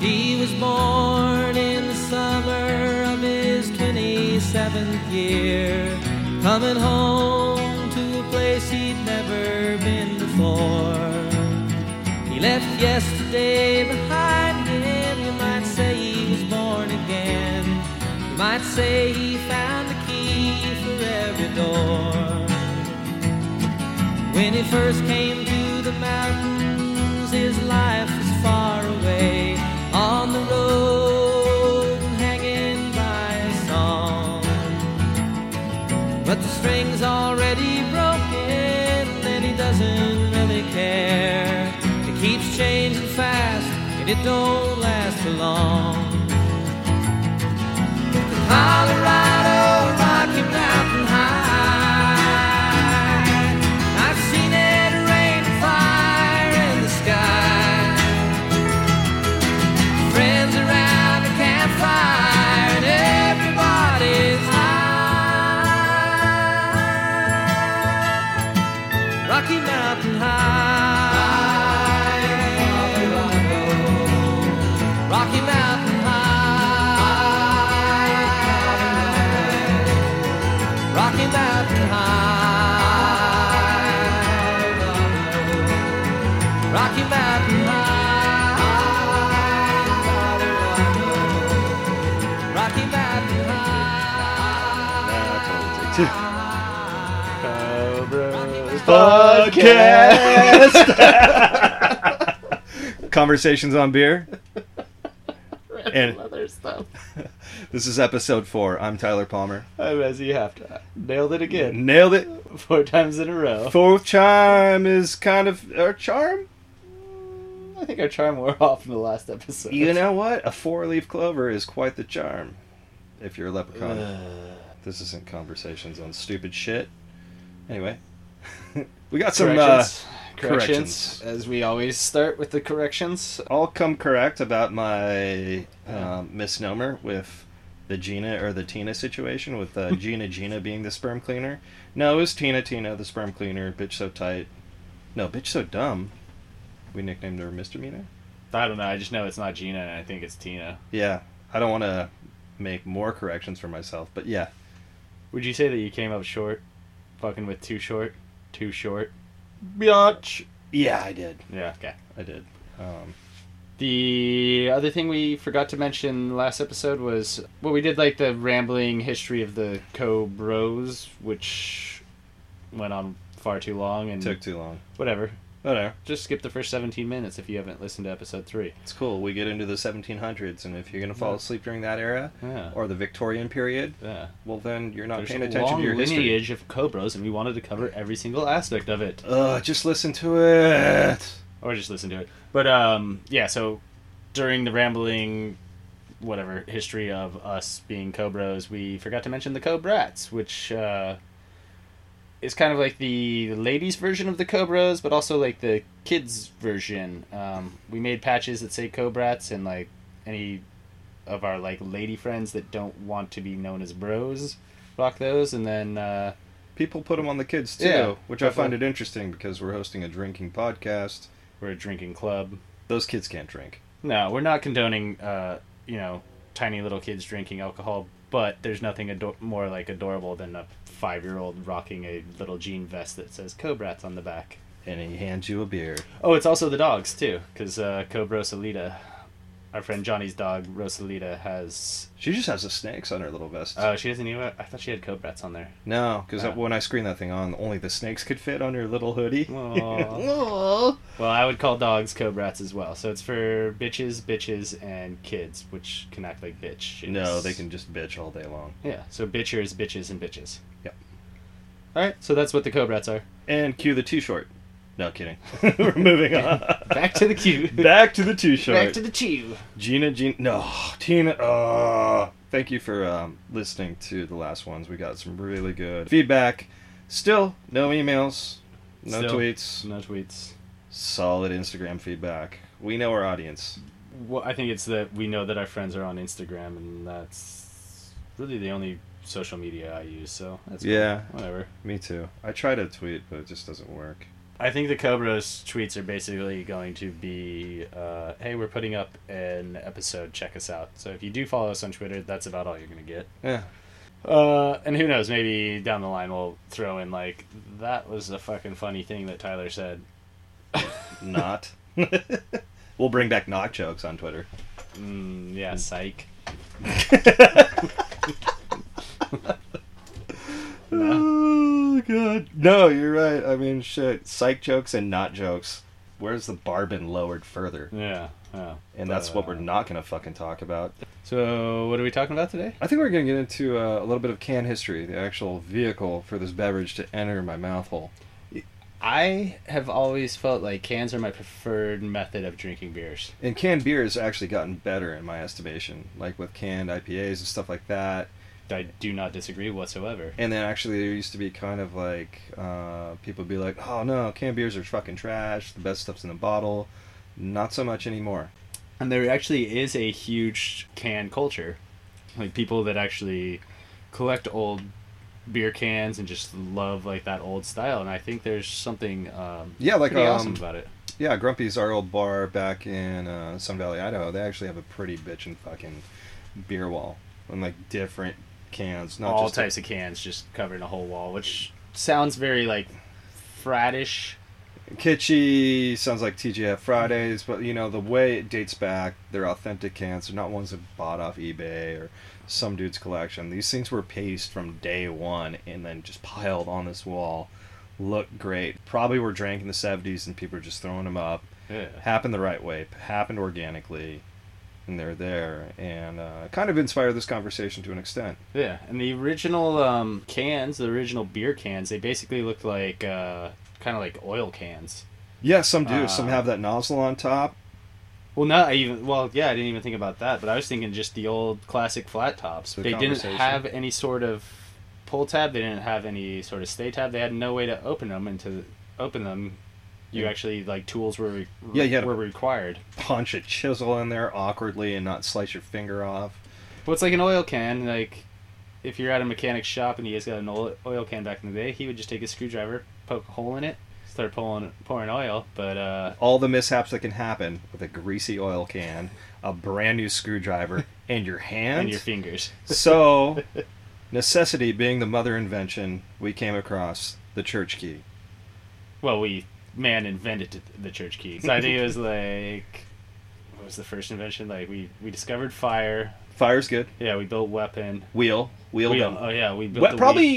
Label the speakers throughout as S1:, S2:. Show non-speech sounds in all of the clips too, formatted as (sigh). S1: He was born in the summer of his 27th year, coming home to a place he'd never been before. He left yesterday behind him, you might say he was born again. You might say he found the key for every door. When he first came to the mountains, his life was far away on the road and hanging by a song. But the string's already broken and he doesn't really care. It keeps changing fast and it don't last for long. The Colorado Rocky Mountain High. I've seen it rain fire in the sky friends around the campfire and everybody's high. Rocky Mountain High. Rocky Mountain High. Rocky Mountain High. Rocky Mountain High. Rocky Mountain
S2: That's all
S1: High.
S2: it Cobras
S3: Podcast.
S2: Podcast. (laughs) Conversations on beer. And-
S3: other stuff.
S2: This is episode four. I'm Tyler Palmer.
S3: I'm Ezzy Halftime. Nailed it again.
S2: Nailed it.
S3: Four times in a row.
S2: Fourth chime is kind of our charm.
S3: I think our charm wore off in the last episode.
S2: You know what? A four-leaf clover is quite the charm. If you're a leprechaun, this isn't conversations on stupid shit. Anyway, (laughs) we got some. Uh,
S3: corrections. corrections. As we always start with the corrections.
S2: I'll come correct about my um, misnomer with the Gina or the Tina situation with
S3: (laughs)
S2: uh, Gina Gina being the sperm cleaner. No, it was Tina Tina the sperm cleaner. Bitch so tight. No, bitch so dumb. We nicknamed her misdemeanor.
S3: I don't know. I just know it's not Gina, and I think it's Tina.
S2: Yeah, I don't want to make more corrections for myself, but yeah,
S3: Would you say that you came up short? Fucking with too short? Too short? Biatch!
S2: yeah, I did.
S3: Yeah, okay.
S2: I did. Um,
S3: The other thing we forgot to mention last episode was well, we did like the rambling history of the Co Bros, which went on far too long and
S2: took too long.
S3: whatever.
S2: Whatever.
S3: Just skip the first seventeen minutes if you haven't listened to episode three.
S2: It's cool. We get into the 1700s, and if you're gonna fall asleep during that era
S3: Yeah,
S2: or the Victorian period,
S3: yeah.
S2: well, then you're not
S3: There's
S2: paying
S3: a
S2: attention
S3: long
S2: to your history.
S3: lineage of Co Bros, and we wanted to cover every single aspect of it,
S2: Ugh, just listen to it.
S3: or just listen to it. But um, yeah. So during the rambling, whatever history of us being Co Bros, we forgot to mention the Co Brats, which. Uh, is kind of like the ladies version of the Cobras, but also like the kids version. Um, we made patches that say Cobrats and like any of our like lady friends that don't want to be known as bros rock those and then uh,
S2: People put them on the kids too,
S3: Yeah,
S2: which I
S3: definitely.
S2: find it interesting because we're hosting a drinking podcast.
S3: we're a drinking club
S2: Those kids can't drink.
S3: no we're not condoning uh, you know tiny little kids drinking alcohol but there's nothing ador- more like adorable than a five year old rocking a little jean vest that says Cobrats on the back
S2: And he hands you a beer.
S3: Oh, it's also the dogs too, because uh, Cove Rosalita, our friend Johnny's dog Rosalita has.
S2: She just has the snakes on her little vest.
S3: Oh, she doesn't even. I thought she had cobrats on there.
S2: No, because
S3: Ah.
S2: when I screened that thing on, only the snakes could fit on her little hoodie. (laughs)
S3: Aw. Well, I would call dogs cobrats as well. So it's for bitches, bitches, and kids, which can act like bitch. It's-
S2: no, they can just bitch all day long.
S3: Yeah. So bitchers, bitches, and bitches.
S2: Yep.
S3: All right. So that's what the cobrats are.
S2: And cue the too short. No kidding. (laughs) We're moving on.
S3: (laughs) Back to the cue.
S2: Back to the too short.
S3: Back to the chew.
S2: Gina, Gina, no, Tina. Uh, thank you for um, listening to the last ones. We got some really good feedback. Still, no emails, no
S3: Still.
S2: tweets,
S3: No tweets.
S2: solid Instagram feedback. We know our audience.
S3: Well, I think it's that we know that our friends are on Instagram, and that's really the only social media I use. So that's cool.
S2: Yeah.
S3: whatever.
S2: Me too. I try to tweet, but it just doesn't work.
S3: I think the Cobras tweets are basically going to be, uh, hey, we're putting up an episode. Check us out. So if you do follow us on Twitter, that's about all you're going to get.
S2: Yeah.
S3: Uh, and who knows? Maybe down the line we'll throw in like that was a fucking funny thing that Tyler said.
S2: (laughs) Not. (laughs) we'll bring back knock jokes on Twitter.
S3: Mm, yeah, psych.
S2: Oh god. No, you're right. I mean, shit. Psych jokes and not jokes. Where's the bar been lowered further?
S3: Yeah. yeah.
S2: And that's what we're
S3: Uh,
S2: not gonna fucking talk about.
S3: So what are we talking about today?
S2: I think we're gonna get into uh, a little bit of can history, the actual vehicle for this beverage to enter my mouth hole.
S3: I have always felt like cans are my preferred method of drinking beers.
S2: And canned beer has actually gotten better in my estimation, like with canned IPAs and stuff like that.
S3: I do not disagree whatsoever.
S2: And then actually, there used to be kind of like uh, people would be like, "Oh no, canned beers are fucking trash. The best stuff's in the bottle." Not so much anymore.
S3: And there actually is a huge can culture. Like people that actually collect old beer cans and just love like that old style and I think there's something um
S2: Yeah, like,
S3: pretty
S2: um,
S3: awesome about it.
S2: Yeah, Grumpy's our old bar back in uh, Sun Valley, Idaho. They actually have a pretty bitchin' fucking beer wall and like different cans, not
S3: All
S2: just
S3: types of cans just covering a whole wall, which sounds very like fratish.
S2: kitschy. Sounds like TGF Fridays, but you know the way it dates back, they're authentic cans. They're not ones that bought off eBay or some dude's collection. These things were paced from day one and then just piled on this wall. Look great. Probably were drank in the '70s and people were just throwing them up.
S3: Yeah.
S2: happened the right way, happened organically, and they're there, and uh, kind of inspired this conversation to an extent.
S3: Yeah, and the original um, cans, the original beer cans, they basically looked like uh, kind of like oil cans.
S2: Yeah, some do. some
S3: Uh,
S2: have that nozzle on top.
S3: Well, not even. Well, yeah, I didn't even think about that, but I was thinking just the old classic flat tops.
S2: The
S3: they didn't
S2: conversation.
S3: have any sort of pull tab. They didn't have any sort of stay tab. They had no way to open them. And to open them, you
S2: Yeah.
S3: actually like tools were re-
S2: Yeah, you had to-
S3: were required.
S2: Punch a chisel in there awkwardly and not slice your finger off.
S3: Well, it's like an oil can. Like if you're at a mechanic's shop and he has got an oil, oil can back in the day, he would just take a screwdriver, poke a hole in it, start pulling pouring oil. But uh,
S2: All the mishaps that can happen with a greasy oil can, a brand new screwdriver,
S3: (laughs)
S2: and your hand.
S3: and your (laughs) fingers.
S2: so, necessity being the mother invention, we came across the church key.
S3: Well, we man invented th- the church key. So I think
S2: (laughs)
S3: it was like what was the first invention? Like we we discovered fire.
S2: Fire's good.
S3: Yeah, we built weapon.
S2: Wheel. Wheel.
S3: Wheel.
S2: done.
S3: Oh yeah, we built
S2: We-
S3: the
S2: probably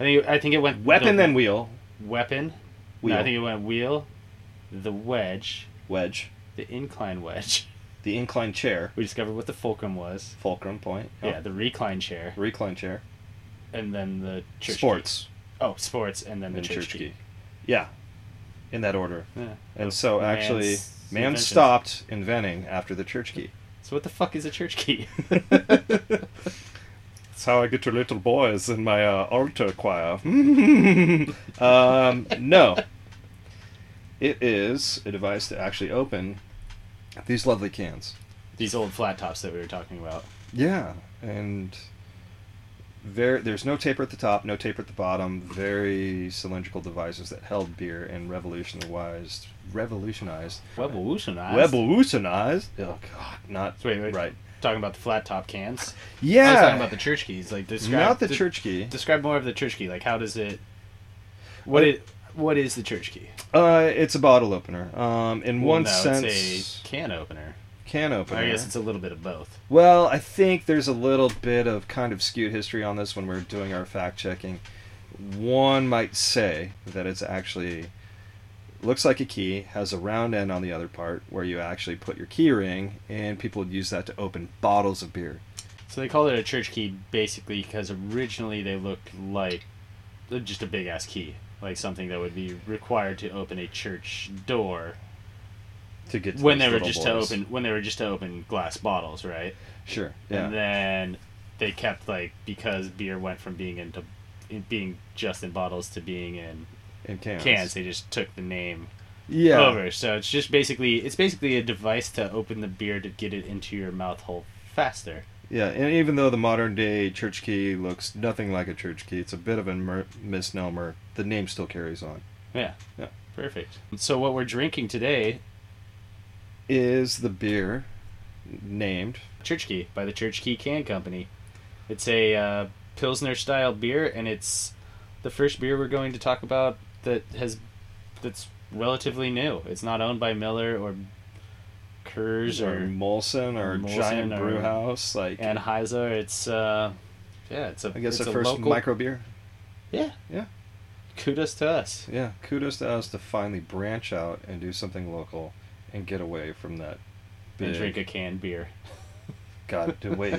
S3: wheel. I think I think it went
S2: weapon,
S3: the
S2: then wheel.
S3: weapon.
S2: Wheel.
S3: No, I think it went wheel, the wedge,
S2: Wedge.
S3: the incline wedge. (laughs)
S2: the incline chair,
S3: We discovered what the fulcrum was.
S2: fulcrum point, Oh,
S3: Yeah, the recline chair,
S2: recline chair,
S3: and then the church
S2: sports,
S3: key. Oh, sports, and then the
S2: and
S3: church, key.
S2: Yeah, in that order.
S3: Yeah.
S2: And so
S3: man's
S2: actually, man
S3: inventions.
S2: stopped inventing after the church key.
S3: So what the fuck is a church key? (laughs)
S2: That's how I get to little boys in my uh, altar choir. (laughs) um, no. It is a device to actually open these lovely cans.
S3: These old flat tops that we were talking about.
S2: Yeah, and there there's no taper at the top, no taper at the bottom. Very cylindrical devices that held beer and revolutionized, revolutionized,
S3: Revolutionized.
S2: revolutionized. Oh God, not
S3: So wait, wait.
S2: right.
S3: Talking about the flat top cans. I was talking
S2: Yeah,
S3: about the church keys. Like describe
S2: not the
S3: de-
S2: church key.
S3: Describe more of the church key. Like how does it? What it? What is the church key?
S2: Uh, it's a bottle opener. Um, in one
S3: no,
S2: sense,
S3: it's a can opener.
S2: can opener.
S3: I guess it's a little bit of both.
S2: Well, I think there's a little bit of kind of skewed history on this when we're doing our fact checking. One might say that it's actually looks like a key, has a round end on the other part where you actually put your key ring, and people would use that to open bottles of beer.
S3: So they call it a church key basically because originally they looked like uh, just a big ass key, like something that would be required to open a church door
S2: To get to
S3: when
S2: these
S3: they were
S2: little
S3: just to
S2: boys.
S3: open when they were just to open glass bottles, right?
S2: Sure. Yeah.
S3: and then they kept like because beer went from being into in being just in bottles to being in
S2: in cans.
S3: cans they just took the name
S2: Yeah.
S3: over so it's just basically it's basically a device to open the beer to get it into your mouth hole faster
S2: Yeah, and even though the modern day church key looks nothing like a church key, it's a bit of a mer- misnomer. The name still carries on.
S3: yeah
S2: Yeah.
S3: Perfect. So what we're drinking today,
S2: Is the beer named?
S3: Church Key by the Church Key Can Company. It's a uh, pilsner style beer, and it's the first beer we're going to talk about that has that's relatively new. It's not owned by Miller or Kurz
S2: or
S3: or
S2: Molson or
S3: Molson
S2: Giant
S3: or-
S2: Brew House? Like,
S3: Anheuser. It's uh, yeah, it's a
S2: I guess
S3: it's
S2: the
S3: a
S2: first
S3: local-
S2: micro beer.
S3: Yeah,
S2: Yeah.
S3: Kudos to us.
S2: Yeah, kudos to us to finally branch out and do something local and get away from that
S3: And
S2: big (laughs)
S3: drink a canned beer.
S2: got to
S3: (laughs)
S2: wait.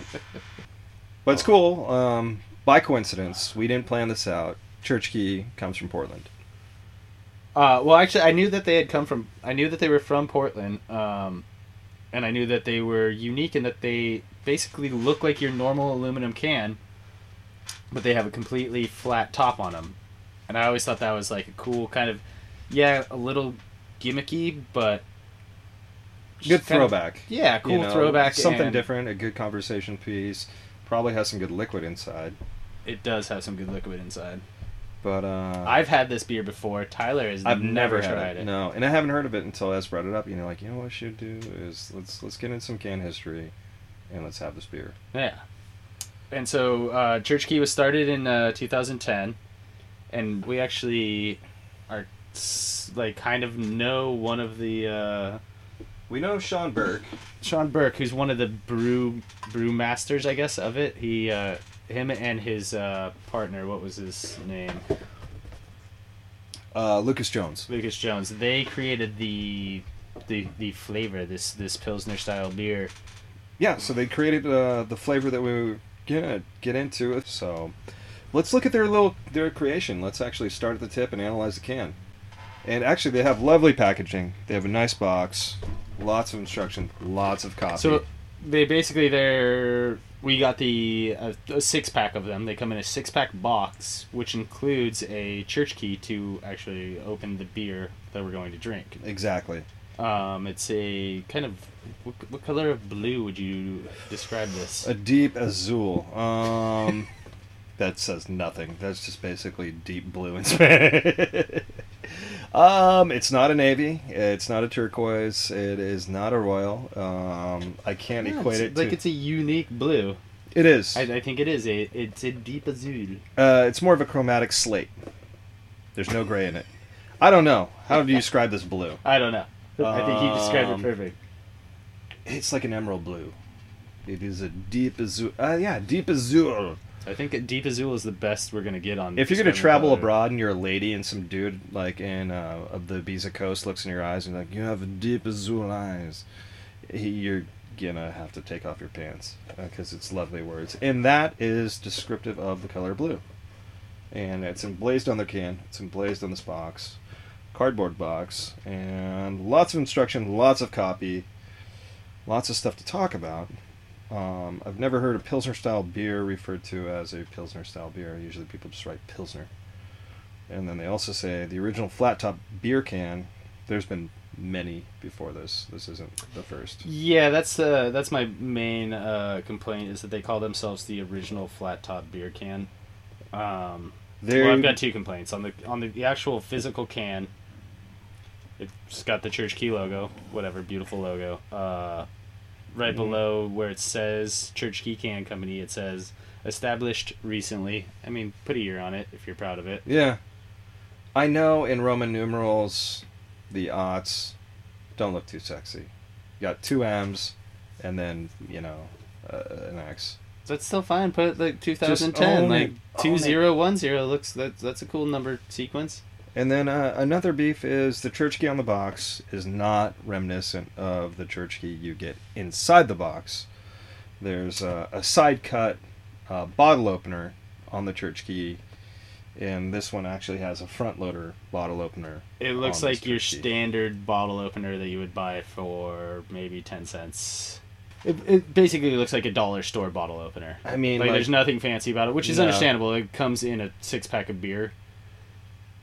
S2: but it's cool. Um, by coincidence, we didn't plan this out. Church Key comes from Portland.
S3: Uh, well, actually, I knew that they had come from. I knew that they were from Portland, um, and I knew that they were unique in that they basically look like your normal aluminum can, but they have a completely flat top on them. And I always thought that was like a cool kind of, yeah, a little gimmicky, but
S2: Good
S3: just kind of-
S2: throwback.
S3: yeah, cool
S2: you know,
S3: throwback.
S2: Something
S3: and
S2: different, a good conversation piece. Probably has some good liquid inside.
S3: It does have some good liquid inside.
S2: But uh,
S3: I've had this beer before. Tyler has
S2: I've never, had
S3: tried
S2: it.
S3: it.
S2: No, and I haven't heard of it until Ez brought it up. You know, like you know what I should do is let's let's get into some can history, and let's have this beer.
S3: Yeah. And so uh, Church Key was started in uh, 2010, and we actually are s- like kind of know one of the uh,
S2: We know Sean Burke.
S3: Sean Burke, who's one of the brew brew masters, I guess, of it. He uh, him and his uh, partner, what was his name,
S2: Uh, Lucas Jones.
S3: Lucas Jones. They created the the the flavor this this pilsner style beer.
S2: Yeah, so they created uh, the flavor that we were gonna get into. So let's look at their little their creation. Let's actually start at the tip and analyze the can. And actually, they have lovely packaging. They have a nice box, lots of instruction, lots of copy.
S3: So they basically they're we got the uh, a six pack of them. They come in a six pack box, which includes a church key to actually open the beer that we're going to drink.
S2: exactly.
S3: Um, it's a kind of what, what color of blue would you describe this?
S2: A deep azul. Um, (laughs) that says nothing. That's just basically deep blue in (laughs) Spanish. um, it's not a navy. It's not a turquoise. It is not a royal. Um, I can't
S3: Yeah,
S2: equate
S3: it's-
S2: it.
S3: like
S2: to,
S3: it's a unique blue.
S2: it is.
S3: I, I think it is a it's a deep azul.
S2: uh, it's more of a chromatic slate. There's no gray in it. I don't know. How do you describe this blue?
S3: I don't know. I think he described
S2: Um,
S3: it perfect.
S2: It's like an emerald blue. It is a deep azul. Uh, yeah, deep azul.
S3: I think that deep azul is the best we're gonna get on.
S2: If you're gonna
S3: describing
S2: travel
S3: color.
S2: abroad and you're a lady and some dude like in uh, of the Ibiza coast looks in your eyes and like you have deep azul eyes, he- you're gonna have to take off your pants because it's lovely words, and that is descriptive of the color blue, and it's emblazed on their can, it's emblazed on this box, cardboard box, and lots of instruction, lots of copy, lots of stuff to talk about. Um, I've never heard a Pilsner style beer referred to as a Pilsner style beer. Usually people just write Pilsner. And then they also say the original flat top beer can. There's been many before this. This isn't the first.
S3: Yeah, that's uh, that's my main uh, complaint is that they call themselves the original flat top beer can. Um,
S2: There,
S3: well, I've got two complaints on the on the, the actual physical can. It's got the church key logo, whatever, beautiful logo. Uh, right below where it says Church Key Can Company, it says established recently. I mean, put a year on it if you're proud of it.
S2: yeah. I know in Roman numerals, the aughts don't look too sexy. You got two M's and then, you know, uh, an X.
S3: That's still fine. Put like
S2: own
S3: 2010, like
S2: it. Own it.
S3: two zero one zero looks that that's a cool number sequence.
S2: And then uh, another beef is the church key on the box is not reminiscent of the church key you get inside the box. There's uh, a side cut uh, bottle opener on the church key, and this one actually has a front loader bottle opener.
S3: It looks
S2: on this
S3: like your
S2: Church Key.
S3: standard bottle opener that you would buy for maybe ten cents. It, it basically looks like a dollar store bottle opener.
S2: I mean,
S3: Like,
S2: like,
S3: there's nothing fancy about it, which is
S2: No.
S3: understandable. It comes in a six pack of beer.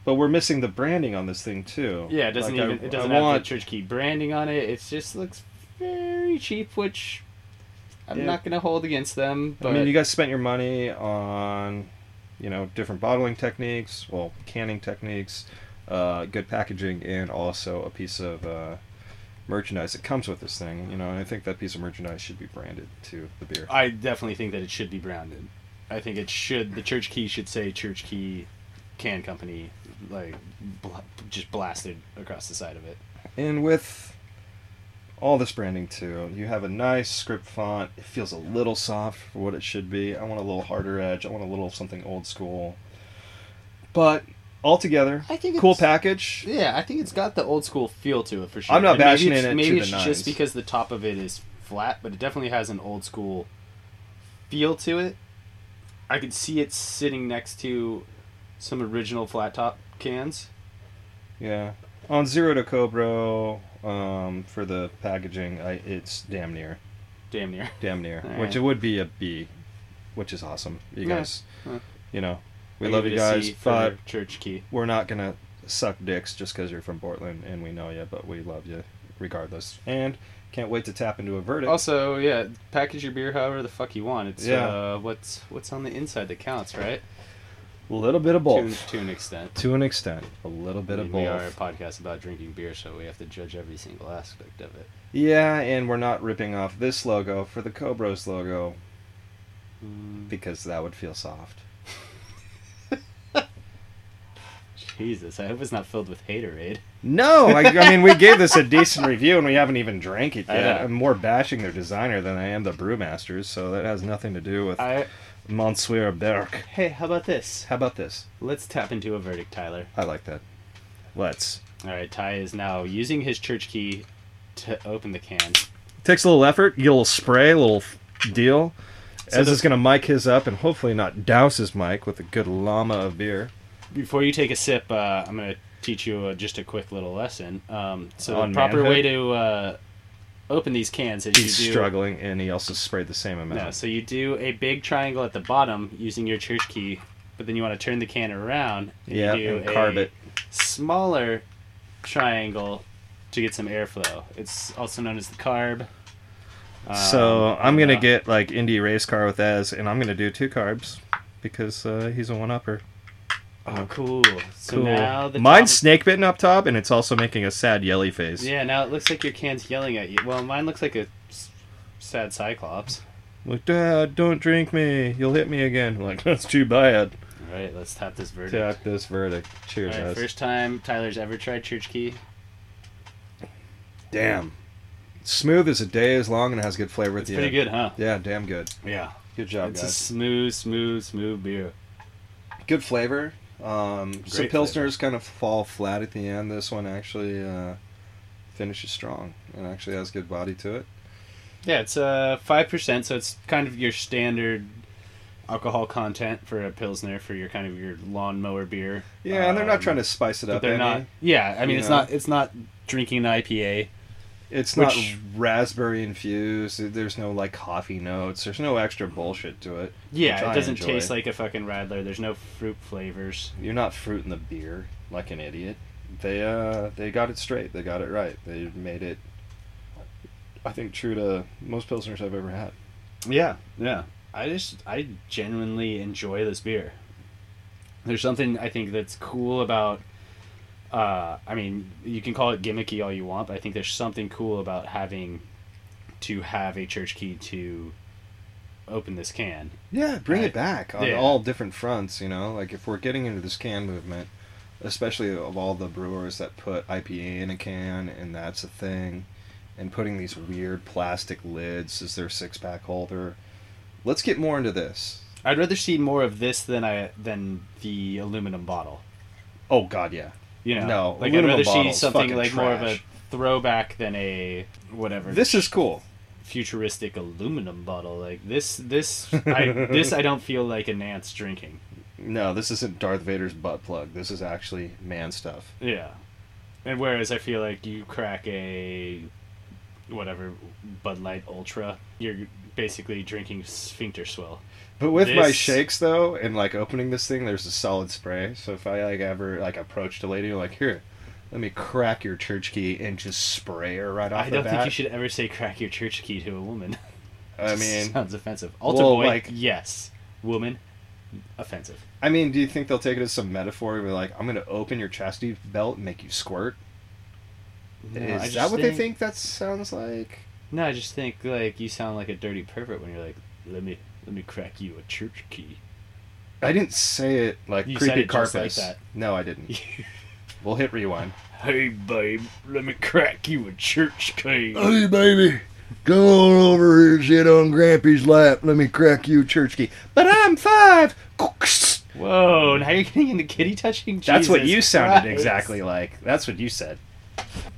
S2: but we're missing the branding on this thing too.
S3: Yeah, it doesn't
S2: Like, I-
S3: even it doesn't
S2: I
S3: have
S2: want-
S3: the church key branding on it. It just looks very cheap, which I'm
S2: Yeah.
S3: not gonna hold against them. But
S2: I mean, you guys spent your money on, you know, different bottling techniques, well, canning techniques, uh, good packaging and also a piece of uh, merchandise that comes with this thing. You know, and I think that piece of merchandise should be branded to the beer.
S3: I definitely think that it should be branded. I think it should. The church key should say Church Key Can Company, like bl- just blasted across the side of it.
S2: And with all this branding too, you have a nice script font. It feels a little soft for what it should be. I want a little harder edge. I want a little something old school. But altogether,
S3: I think
S2: cool
S3: it's-
S2: package.
S3: Yeah, I think it's got the old school feel to it for sure.
S2: I'm not bashing
S3: maybe it's,
S2: it to
S3: Maybe
S2: the
S3: it's
S2: nines.
S3: just because the top of it is flat, but it definitely has an old school feel to it. I could see it sitting next to some original flat top cans.
S2: Yeah. On Zero to Cobra, um, for the packaging, I, it's damn near.
S3: Damn near.
S2: Damn near.
S3: All
S2: Which
S3: right.
S2: it would be a B, which is awesome. You
S3: Yeah.
S2: guys,
S3: Huh.
S2: you know, we
S3: (laughs) I
S2: love
S3: give
S2: you
S3: it a
S2: guys,
S3: C for
S2: but
S3: church key.
S2: we're not going to suck dicks just because you're from Portland and we know you, but we love you regardless. And can't wait to tap into a verdict.
S3: Also, yeah, package your beer however the fuck you want. It's
S2: Yeah.
S3: uh, what's what's on the inside that counts, right?
S2: a little bit of
S3: To,
S2: both.
S3: to an extent.
S2: To an extent, a little bit
S3: I
S2: of both.
S3: mean, we are a podcast about drinking beer, so we have to judge every single aspect of it.
S2: Yeah, and we're not ripping off this logo for the Cobros logo because that would feel soft.
S3: Jesus, I hope it's not filled with haterade.
S2: No, I, I mean we gave this a decent review, and we haven't even drank it
S3: I
S2: yet.
S3: know.
S2: I'm more bashing their designer than I am the brewmasters, so that has nothing to do with
S3: I
S2: Monsieur Berg.
S3: hey, how about this?
S2: How about this?
S3: Let's tap into a verdict, Tyler.
S2: I like that. Let's.
S3: All right, Ty is now using his church key to open the can.
S2: Takes a little effort, you get a little spray, a little f- deal.
S3: So
S2: Ez
S3: the-
S2: is going to mic his up and hopefully not douse his mic with a good llama of beer.
S3: Before you take a sip, uh, I'm gonna teach you uh, just a quick little lesson. Um, so
S2: On
S3: the proper
S2: Oh, manhood?
S3: way to uh, open these cans is
S2: He's
S3: you do
S2: struggling, and he also sprayed the same amount.
S3: No, so you do a big triangle at the bottom using your church key, but then you want to turn the can around. And
S2: Yeah,
S3: you do
S2: and carve
S3: a
S2: it.
S3: Smaller triangle to get some airflow. It's also known as the carb. Um,
S2: So I'm gonna
S3: yeah.
S2: get like indie race car with Ez, and I'm gonna do two carbs because uh, he's a one upper.
S3: Oh, cool. So
S2: uh, Cool.
S3: now the
S2: Mine's
S3: top-
S2: snake bitten up top, and it's also making a sad yelly face.
S3: Yeah, now it looks like your can's yelling at you. Well, mine looks like a s- sad cyclops.
S2: Like, Dad, don't drink me. You'll hit me again. I'm like, (laughs) that's too bad.
S3: All right, let's tap this verdict.
S2: Tap this verdict. Cheers,
S3: All right,
S2: Ez.
S3: first time Tyler's ever tried church key.
S2: Damn. Smooth as a day is long and has good flavor at
S3: It's
S2: the
S3: pretty
S2: end.
S3: good, huh?
S2: Yeah, damn good.
S3: Yeah.
S2: Good job,
S3: It's a
S2: guys.
S3: smooth, smooth, smooth beer.
S2: Good flavor. Um, some
S3: Great flavor.
S2: pilsners kind of fall flat at the end. This one actually uh, finishes strong and actually has good body to it.
S3: Yeah, it's uh, five percent, so it's kind of your standard alcohol content for a pilsner for your kind of your lawnmower beer.
S2: Yeah, and they're not
S3: Um,
S2: trying to spice it
S3: But
S2: up.
S3: they're
S2: any.
S3: not. Yeah, I mean,
S2: You
S3: it's
S2: know.
S3: not. It's not drinking an IPA.
S2: It's
S3: Which-
S2: not raspberry infused. There's no like coffee notes. There's no extra bullshit to it. which
S3: Yeah,
S2: I
S3: it doesn't
S2: enjoy.
S3: taste like a fucking Radler. There's no fruit flavors.
S2: You're not fruiting the beer like an idiot. They uh they got it straight. They got it right. They made it. I think true to most pilsners I've ever had.
S3: Yeah, yeah. I just I genuinely enjoy this beer. There's something I think that's cool about. Uh, I mean, you can call it gimmicky all you want, but I think there's something cool about having to have a church key to open this can.
S2: Yeah, bring
S3: Right.
S2: it back on
S3: Yeah.
S2: all different fronts. You know, like if we're getting into this can movement, especially of all the brewers that put IPA in a can and that's a thing, and putting these weird plastic lids as their six pack holder. Let's get more into this.
S3: I'd rather see more of this than I than the aluminum bottle.
S2: Oh God, yeah.
S3: You know,
S2: No,
S3: like I'd
S2: aluminum
S3: rather see
S2: bottle's
S3: something
S2: fucking
S3: like more of a
S2: trash.
S3: throwback than a whatever.
S2: This is cool.
S3: futuristic aluminum bottle. Like
S2: (laughs)
S3: this, this, I, this I don't feel like a Nance drinking.
S2: No, this isn't Darth Vader's butt plug. This is actually man stuff.
S3: Yeah, and whereas I feel like you crack a whatever Bud Light Ultra, you're basically drinking sphincter swell.
S2: But with my
S3: This-
S2: shakes though, and like opening this thing, there's a solid spray. So if I like ever like approached a lady, like here, let me crack your church key and just spray her right off
S3: I
S2: the
S3: don't
S2: bat.
S3: think you should ever say crack your church key to a woman. (laughs)
S2: I mean,
S3: sounds offensive. Altar
S2: Well,
S3: boy,
S2: like-
S3: yes. Woman, offensive.
S2: I mean, do you think they'll take it as some metaphor? Where like, I'm going to open your chastity belt and make you squirt.
S3: No, I
S2: Is
S3: just
S2: that what they think that sounds like?
S3: No, I just think like you sound like a dirty pervert when you're like, let me let me crack you a church key.
S2: I didn't say it like
S3: You said
S2: creepy
S3: it just like
S2: carpus.
S3: that.
S2: No, I
S3: (laughs)
S2: didn't. we'll hit rewind.
S3: hey babe, let me crack you a church key.
S2: Hey, baby, go on over here and sit on Grampy's lap. Let me crack you, church key. But I'm five.
S3: Whoa! Now you're getting into kitty touching.
S2: That's what
S3: Jesus
S2: you sounded
S3: Christ.
S2: exactly like. That's what you said.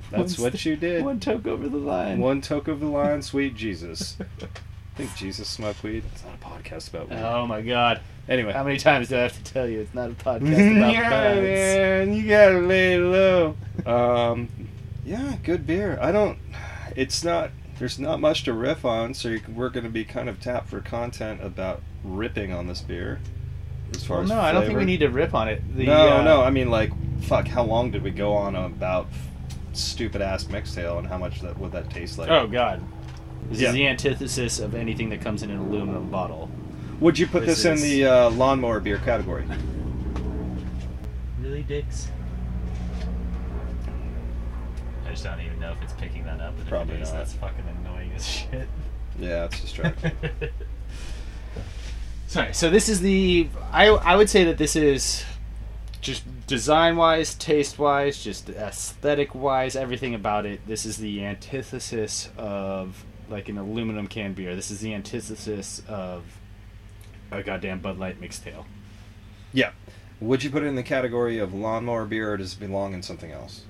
S2: That's
S3: What's
S2: what
S3: the-
S2: you did.
S3: One toke over the line.
S2: One toke of the line, sweet
S3: (laughs)
S2: Jesus. I think Jesus smoked weed. It's not a podcast about weed.
S3: Oh my god!
S2: anyway.
S3: How many times do I have to tell you it's not a podcast
S2: (laughs)
S3: about
S2: yeah,
S3: buds?
S2: man, you gotta lay low. Um, yeah, good beer. I don't. It's not. There's not much to riff on, so you, we're going to be kind of tapped for content about ripping on this beer. As far
S3: Well,
S2: as
S3: no, I don't think
S2: flavor.
S3: we need to rip on it. The,
S2: no,
S3: uh,
S2: no. I mean, like, fuck. How long did we go on about stupid ass mixtail and how much that would that taste like?
S3: Oh god. This
S2: Yeah.
S3: is the antithesis of anything that comes in an aluminum bottle.
S2: Would you put this,
S3: this
S2: in
S3: is-
S2: the uh, lawnmower beer category?
S3: Really, dicks? I just don't even know if it's picking that up. But
S2: Probably
S3: if it is,
S2: not.
S3: That's fucking annoying as shit.
S2: Yeah, it's
S3: (laughs)
S2: distracting.
S3: Sorry. So this is the I I would say that this is just design wise, taste wise, just aesthetic wise, everything about it. This is the antithesis of like an aluminum can beer. This is the antithesis of a goddamn Bud Light mixed tail.
S2: yeah. Would you put it in the category of lawnmower beer, or does it belong in something else?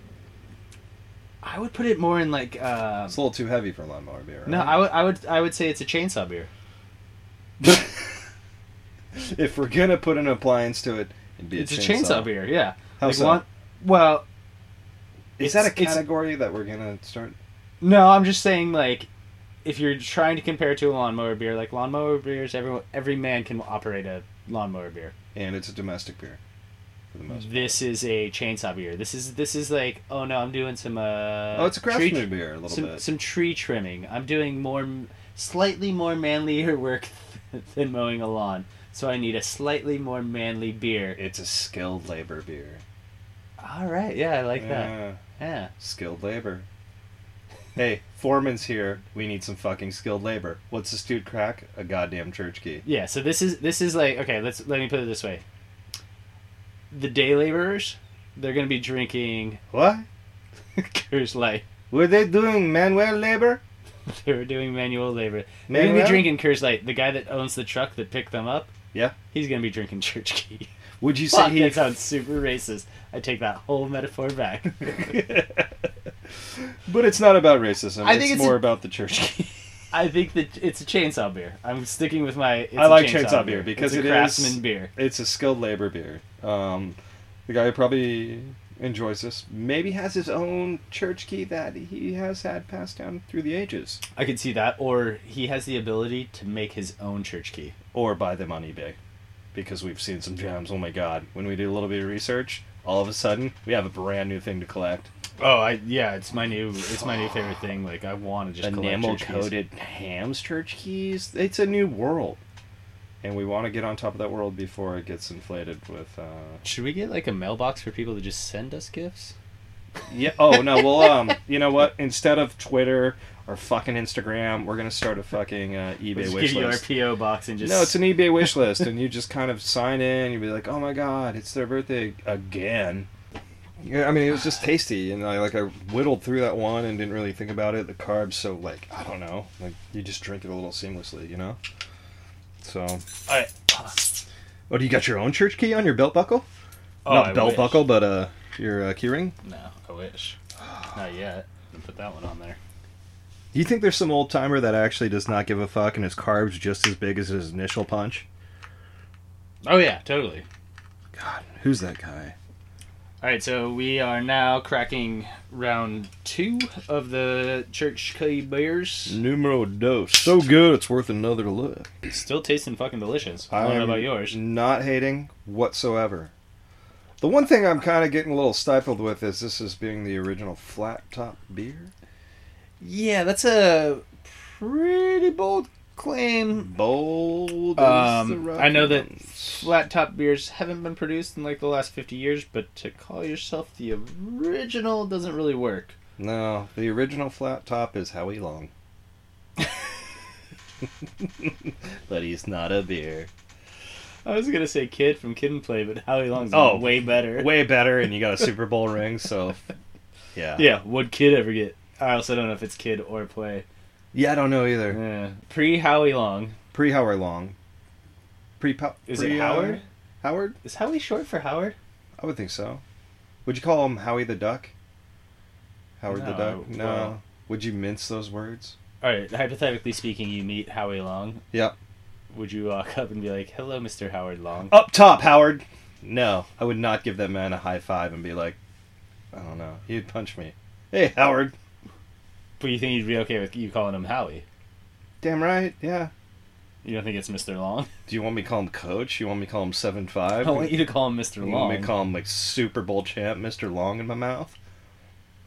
S3: I would put it more in like uh,
S2: It's a little too heavy for a lawnmower beer. Right?
S3: no. I would I would I would say it's a chainsaw beer.
S2: (laughs) if we're gonna put an appliance to it, it'd be
S3: It's a chainsaw beer. Yeah.
S2: How
S3: Like
S2: so?
S3: one- well,
S2: Is that a
S3: it's- it's-
S2: category that we're gonna start?
S3: No, I'm just saying like if you're trying to compare it to a lawnmower beer, like lawnmower beers, everyone every man can operate a lawnmower beer.
S2: And it's a domestic beer, for the most. part.
S3: This is a chainsaw beer. This is this is like oh no, I'm doing some uh
S2: oh, it's a
S3: tree-
S2: craftsman beer a little
S3: some,
S2: bit.
S3: some tree trimming. I'm doing more slightly more manlier (laughs) work than mowing a lawn. So I need a slightly more manly beer.
S2: It's a skilled labor beer.
S3: All right, yeah, I like that.
S2: Yeah,
S3: Yeah.
S2: skilled labor. Hey, foreman's here. We need some fucking skilled labor. What's this dude crack? A goddamn church key.
S3: Yeah, so this is this is like okay, let's let me put it this way. The day laborers, they're gonna be drinking (laughs)
S2: What?
S3: Coors Light.
S2: Were they doing manual labor?
S3: They were doing manual labor. They're gonna be
S2: Manuel?
S3: drinking Coors Light. The guy that owns the truck that picked them up,
S2: Yeah.
S3: he's gonna be drinking Church (laughs) Key.
S2: Would you say
S3: Fuck,
S2: he
S3: that sounds super racist. I take that whole metaphor (laughs) back.
S2: (laughs) But it's not about racism.
S3: I
S2: it's,
S3: think it's
S2: more
S3: a-
S2: about the church.
S3: I think that it's a chainsaw beer. I'm sticking with my. It's
S2: I
S3: a
S2: like chainsaw beer because it
S3: it's a
S2: is-
S3: craftsman beer.
S2: (laughs) it's a skilled labor beer. Um, the guy who probably enjoys this maybe has his own church key that he has had passed down through the ages,
S3: I could see that, or he has the ability to make his own Church Key.
S2: or buy them on eBay, because we've seen some gems. Oh my god! When we do a little bit of research, all of a sudden we have a brand new thing to collect.
S3: Oh, I yeah, it's my new it's my new favorite thing. Like I want to just collect
S2: enamel
S3: church keys.
S2: coated hams church keys. It's a new world, and we want to get on top of that world before it gets inflated with. Uh,
S3: Should we get like a mailbox for people to just send us gifts?
S2: Yeah. Oh no. Well, um, you know what? Instead of Twitter or fucking Instagram, we're gonna start a fucking uh,
S3: We'll
S2: eBay
S3: just
S2: wish
S3: give you our
S2: list.
S3: PO box and just
S2: No, it's an
S3: (laughs)
S2: eBay wish list, and you just kind of sign in. You'd be like, "Oh my god, it's their birthday again." Yeah, I mean, it was just tasty, and I like I whittled through that one and didn't really think about it. The carbs, so like I don't know, like you just drink it a little seamlessly, you know. So,
S3: All right.
S2: oh, do you got your own church key on your belt buckle? Not
S3: Oh, I
S2: belt
S3: wish.
S2: buckle, but uh, your uh, key ring.
S3: (sighs) No, I wish. Not yet. I'll Put that one on there.
S2: Do you think there's some old timer that actually does not give a fuck and his carbs just as big as his initial punch?
S3: Oh yeah, totally.
S2: God, who's that guy?
S3: All right, so we are now cracking round two of the church key beers.
S2: Numero dos. So good, it's worth another look.
S3: Mm. Still tasting fucking delicious. I don't know about yours.
S2: Not hating whatsoever. The one thing I'm kind of getting a little stifled with is this is being the original flat top beer.
S3: Yeah, that's a pretty bold claim.
S2: Bold. as the
S3: Um,
S2: Rocky
S3: I know that
S2: Mountains.
S3: flat top beers haven't been produced in like the last 50 years, but to call yourself the original doesn't really work.
S2: No, the original flat top is Howie Long. (laughs) but he's not a beer.
S3: I was gonna say Kid from Kid and Play, but Howie Long's
S2: Oh.
S3: way better.
S2: Way better, and you got a Super Bowl ring, so. Yeah.
S3: (laughs) Yeah, would Kid ever get? I also don't know if it's Kid or Play.
S2: Yeah, I don't know either.
S3: Yeah. Pre Howie Long
S2: Pre Howard Long. Pre Pre uh,
S3: is it Howard?
S2: Howard?
S3: Is Howie short for Howard?
S2: I would think so. Would you call him Howie the Duck? Howard the
S3: No,
S2: Duck? No.
S3: well-
S2: Would you mince those words?
S3: All right. Hypothetically speaking, you meet Howie Long.
S2: Yep. Oh.
S3: Would you walk up and be like, "Hello, Mr. Howard Long"?
S2: Up top, Howard! No, I would not give that man a high five and be like, I don't know. He'd punch me. Hey, Howard!
S3: But you think you'd be okay with you calling him Howie?
S2: Damn right, yeah.
S3: You don't think it's Mr. Long?
S2: Do you want me to call him coach? You want me to call him seven
S3: I
S2: five?
S3: want you to call him Mr.
S2: You want
S3: Oh, Long.
S2: me to call him like Super Bowl champ, Mister Long in my mouth?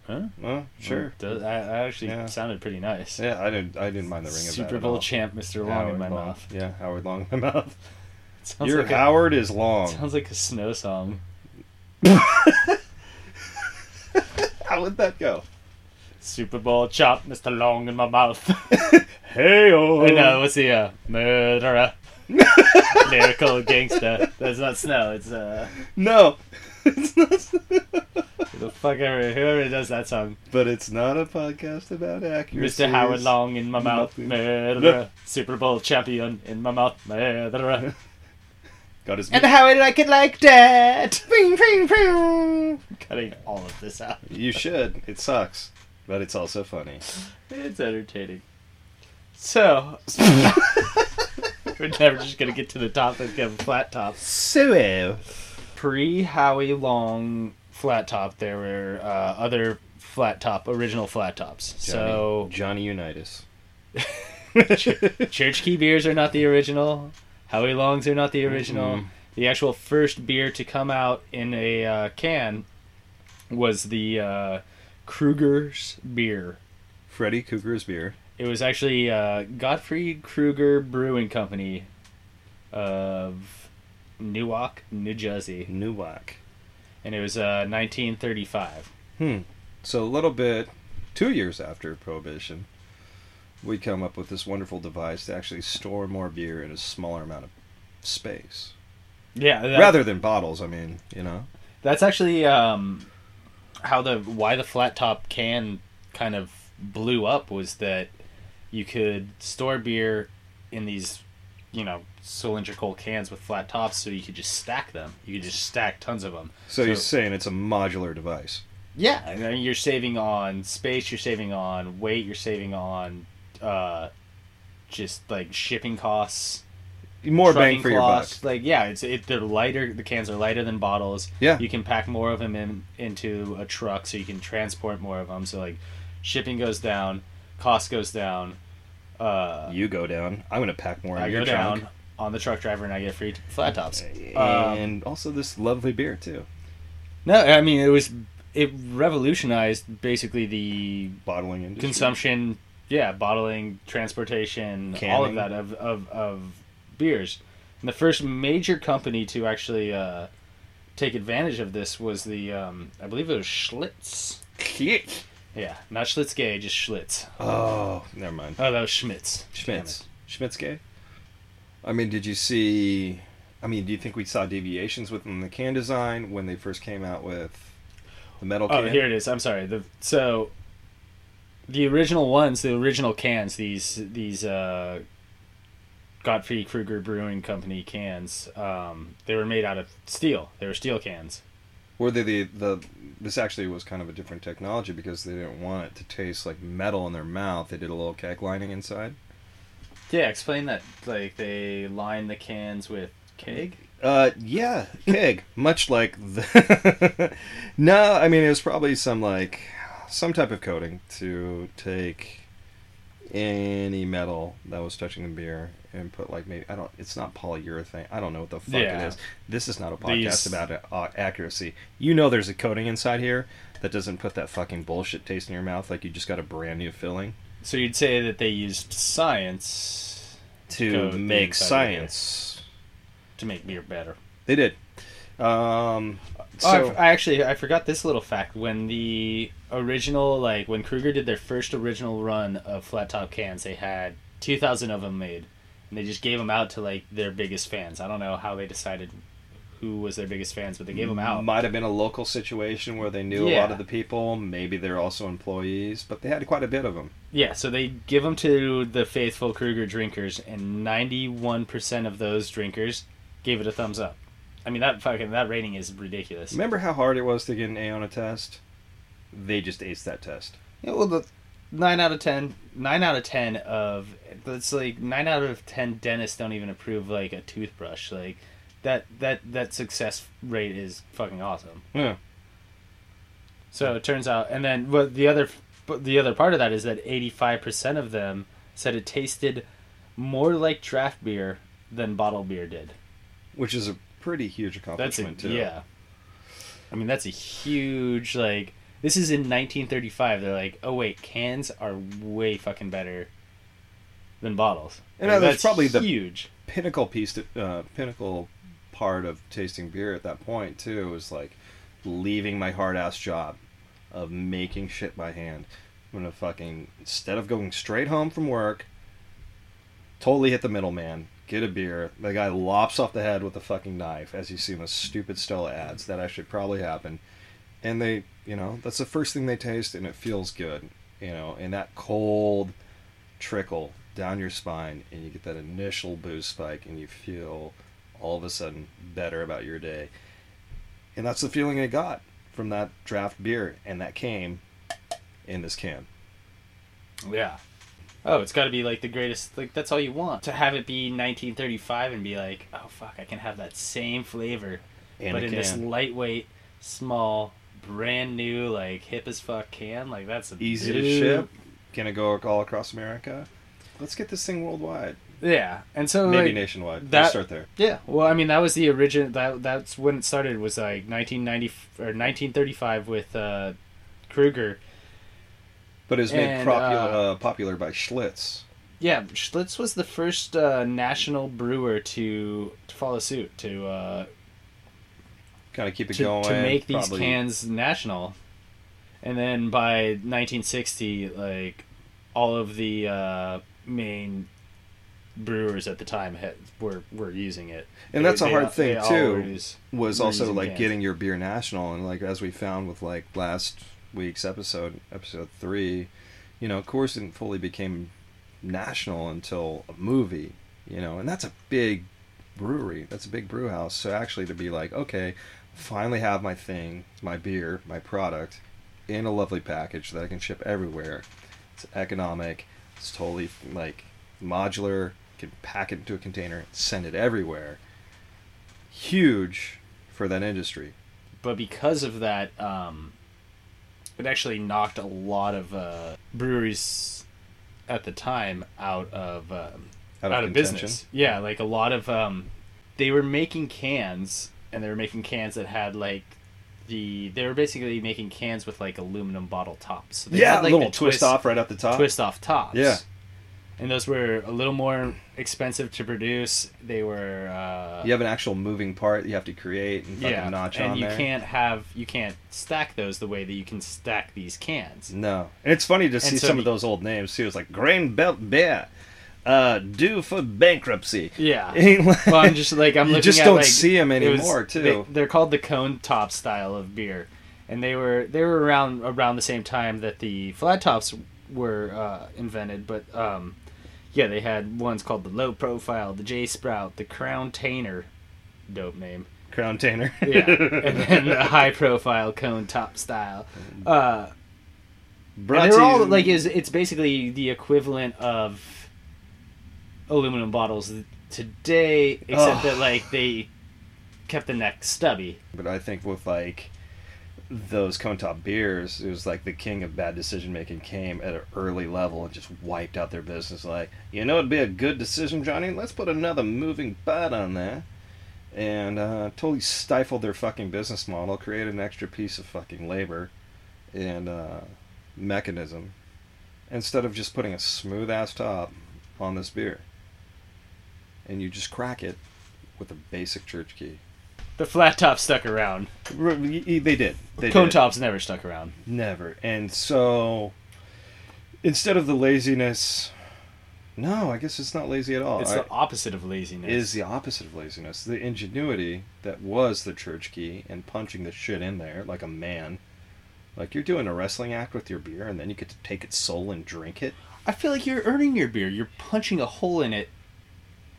S3: Huh?
S2: Well, sure.
S3: Does- I, I actually
S2: Yeah.
S3: sounded pretty nice.
S2: Yeah, I didn't. I didn't mind the ring of that
S3: Super
S2: at
S3: Bowl
S2: all.
S3: champ, Mr. Long,
S2: Howard
S3: in my
S2: Long.
S3: mouth. (laughs)
S2: Yeah, Howard Long in my (laughs) mouth.
S3: Sounds
S2: Your
S3: like a-
S2: Howard is long.
S3: (laughs) sounds like a snow song.
S2: How would that go?
S3: Super Bowl chop, Mr. Long in
S2: (laughs)
S3: my mouth.
S2: Hey
S3: Wait, no, what's the uh, murderer?
S2: (laughs)
S3: Lyrical gangster. That's not snow. It's uh,
S2: no, it's not.
S3: who the fuck ever whoever does that song.
S2: but it's not a podcast about accuracy.
S3: Mr. Howard Long in my mouth,
S2: Nothing.
S3: murderer. Super Bowl champion in my mouth,
S2: (laughs)
S3: murderer.
S2: Got his.
S3: how did I get like that?
S2: Ping, ping, ping.
S3: Cutting all of this out.
S2: You should. It sucks, but it's also funny.
S3: It's entertaining. So (laughs) we're never just gonna get to the topic of flat tops.
S2: So,
S3: pre Howie Long flat top, there were uh, other flat top, original flat tops. (laughs) So
S2: Johnny Unitas.
S3: Ch- Church Key beers are not the original. Howie Longs are not the original.
S2: Mhm.
S3: The actual first beer to come out in a uh, can was the uh, Kruger's beer.
S2: Freddy Cougar's beer.
S3: It was actually uh, Gottfried Kruger Brewing Company of Newark, New Jersey,
S2: Newark.
S3: and it was uh, 1935.
S2: Hmm. So a little bit, two years after Prohibition, we come up with this wonderful device to actually store more beer in a smaller amount of space.
S3: Yeah, that-
S2: Rather than bottles, I mean, you know.
S3: That's actually um, how the why the flat top can kind of blew up was that you could store beer in these, you know, cylindrical cans with flat tops, so you could just stack them. You could just stack tons of them.
S2: So, you're
S3: So-
S2: saying it's a modular device.
S3: Yeah, and then you're saving on space, you're saving on weight, you're saving on uh, just like shipping costs.
S2: More
S3: trucking
S2: bang for your buck.
S3: costs. Like yeah, it's it, they're lighter. The cans are lighter than bottles.
S2: Yeah.
S3: you can pack more of them in into a truck, so you can transport more of them. So like, shipping goes down, cost goes down. Uh,
S2: You go down. I'm going to pack more
S3: I
S2: in
S3: go
S2: your
S3: down
S2: trunk.
S3: on the truck driver, and I get free t- flat tops. Um,
S2: And also this lovely beer, too.
S3: no, I mean it was it revolutionized basically the
S2: Bottling industry.
S3: consumption. Yeah, bottling, transportation, all of
S2: Canning.
S3: that of, of, of beers. And the first major company to actually uh, take advantage of this was the, um, I believe it was Schlitz. Yeah, not Schlitz Gay, just Schlitz.
S2: Oh, never mind.
S3: Oh, that was Schmitz.
S2: Schmitz. Schmitz gay? I mean, did you see? I mean, do you think we saw deviations within the can design when they first came out with the metal
S3: Oh,
S2: can?
S3: here it is. I'm sorry. The so the original ones, the original cans, these these uh, Gottfried Kruger Brewing Company cans, um, they were made out of steel. They were steel cans.
S2: Were they the, the this actually was kind of a different technology because they didn't want it to taste like metal in their mouth. They did a little keg lining inside.
S3: Yeah, explain that. Like they line the cans with keg.
S2: Uh, yeah, keg, much like the. (laughs) no, I mean it was probably some like some type of coating to take any metal that was touching the beer and put like maybe I don't. It's not polyurethane. I don't know what the fuck
S3: Yeah.
S2: it is. This is not a podcast
S3: These-
S2: about uh, accuracy. You know, there's a coating inside here that doesn't put that fucking bullshit taste in your mouth like you just got a brand new filling.
S3: So you'd say that they used science
S2: to
S3: Code
S2: make
S3: inside of here.
S2: science.
S3: to make beer better.
S2: They did. Um, so,
S3: Oh, I f- I, actually I forgot this little fact. When the original, like when Kruger did their first original run of flat top cans, they had two thousand of them made, and they just gave them out to like their biggest fans. I don't know how they decided who was their biggest fans, but they gave them out.
S2: Might have been a local situation where they knew a lot
S3: Yeah.
S2: of the people. Maybe they're also employees, but they had quite a bit of them.
S3: Yeah, so they give them to the faithful Kruger drinkers, and ninety-one percent of those drinkers gave it a thumbs up. I mean that fucking that rating is ridiculous.
S2: Remember how hard it was to get an A on a test? They just aced that test.
S3: Yeah, well, the nine out of ten, nine out of ten of that's like nine out of ten dentists don't even approve like a toothbrush. Like that that that success rate is fucking awesome.
S2: Yeah.
S3: So it turns out, and then but the other but the other part of that is that eighty five percent of them said it tasted more like draft beer than bottled beer did.
S2: Which is a pretty huge
S3: That's a,
S2: accomplishment, too.
S3: yeah. I mean, that's a huge like. This is in 1935. They're like, oh wait, cans are way fucking better than bottles.
S2: And
S3: Like,
S2: that's probably the-
S3: huge.
S2: pinnacle piece to, uh, pinnacle part of tasting beer at that point too was like leaving my hard ass job of making shit by hand i'm gonna fucking instead of going straight home from work totally hit the middleman get a beer the guy lops off the head with a fucking knife as you see in the stupid stella ads that actually probably happened and they you know that's the first thing they taste and it feels good you know and that cold trickle down your spine and you get that initial boost spike and you feel all of a sudden better about your day. And that's the feeling I got from that draft beer and that came in this can.
S3: Yeah. Oh, it's got to be like the greatest. Like that's all you want to have it be 1935 and be like, oh fuck, I can have that same flavor,
S2: And
S3: but
S2: a
S3: in
S2: can.
S3: this lightweight, small, brand new, like hip as fuck can. Like that's a
S2: easy to
S3: big-
S2: ship. Can it go all across America? Let's get this thing worldwide.
S3: Yeah, and so
S2: Maybe
S3: like,
S2: nationwide.
S3: that-
S2: Let's start there.
S3: Yeah, well, I mean, that was the original. That that's when it started. Was like nineteen ninety or nineteen thirty five with uh, Kruger.
S2: But it was made
S3: And,
S2: popular,
S3: uh,
S2: uh, popular by Schlitz.
S3: Yeah, Schlitz was the first uh, national brewer to, to follow suit to uh,
S2: Kind of keep it
S3: to,
S2: going.
S3: to make these
S2: probably-
S3: cans national. And then by nineteen sixty, like all of the uh, main brewers at the time had, were were using it.
S2: And
S3: They-
S2: that's a
S3: they-
S2: hard thing,
S3: they all
S2: too.
S3: were use-
S2: was
S3: were
S2: also
S3: using
S2: like
S3: cans.
S2: getting your beer national and like as we found with like last week's episode episode three you know coors didn't fully became national until a movie you know and that's a big brewery that's a big brew house so actually to be like okay finally have my thing my beer my product in a lovely package that i can ship everywhere it's economic it's totally like modular can pack it into a container send it everywhere huge for that industry.
S3: but because of that, um, it actually knocked a lot of uh, breweries at the time out of um, out, of, business.
S2: contention.
S3: Yeah, like a lot of um, they were making cans, and they were making cans that had like the they were basically making cans with like aluminum bottle tops. So they
S2: yeah,
S3: had, like,
S2: little
S3: the
S2: twist, off right at the top.
S3: twist off tops.
S2: Yeah.
S3: And those were a little more expensive to produce. They were uh,
S2: You have an actual moving part you have to create and fucking notch
S3: and
S2: on
S3: you
S2: there.
S3: can't have you can't stack those the way that you can stack these cans.
S2: No, and it's funny to see
S3: so
S2: some
S3: you-
S2: of those old names too. It's like Grain Belt Bear, uh, due for bankruptcy. (laughs)
S3: Yeah.
S2: Ain't like-
S3: Well, I'm just like I'm
S2: You
S3: looking
S2: just
S3: at,
S2: don't
S3: like,
S2: see 'em
S3: it was-
S2: anymore, too.
S3: They, they're called the cone top style of beer, and they were they were around around the same time that the flat tops were uh, invented. But um, yeah, they had ones called the low profile, the J Sprout, the Crown Tainer, dope name.
S2: Crown Tainer.
S3: Yeah, (laughs) and then uh, the high profile cone top style. Uh,
S2: (laughs) Brought
S3: and they're
S2: to
S3: all
S2: you-
S3: like is it's basically the equivalent of aluminum bottles today, except
S2: Ugh.
S3: that like they kept the neck stubby.
S2: But I think with like those cone top beers, it was like the king of bad decision making came at an early level and just wiped out their business. Like, you know, it'd be a good decision, Johnny. Let's put another moving butt on there. And uh, totally stifled their fucking business model, created an extra piece of fucking labor and uh, mechanism instead of just putting a smooth ass top on this beer. and you just crack it with a basic church key.
S3: The flat top stuck around.
S2: R- y- y- They did. They
S3: Cone
S2: did.
S3: tops never stuck around.
S2: Never. And so instead of the laziness, no, I guess it's not lazy at all.
S3: It's
S2: Oh, I-
S3: the opposite of laziness.
S2: is the opposite of laziness. The ingenuity that was the church key and punching the shit in there like a man. Like you're doing a wrestling act with your beer and then you get to take its soul and drink it.
S3: I feel like you're earning your beer. You're punching a hole in it.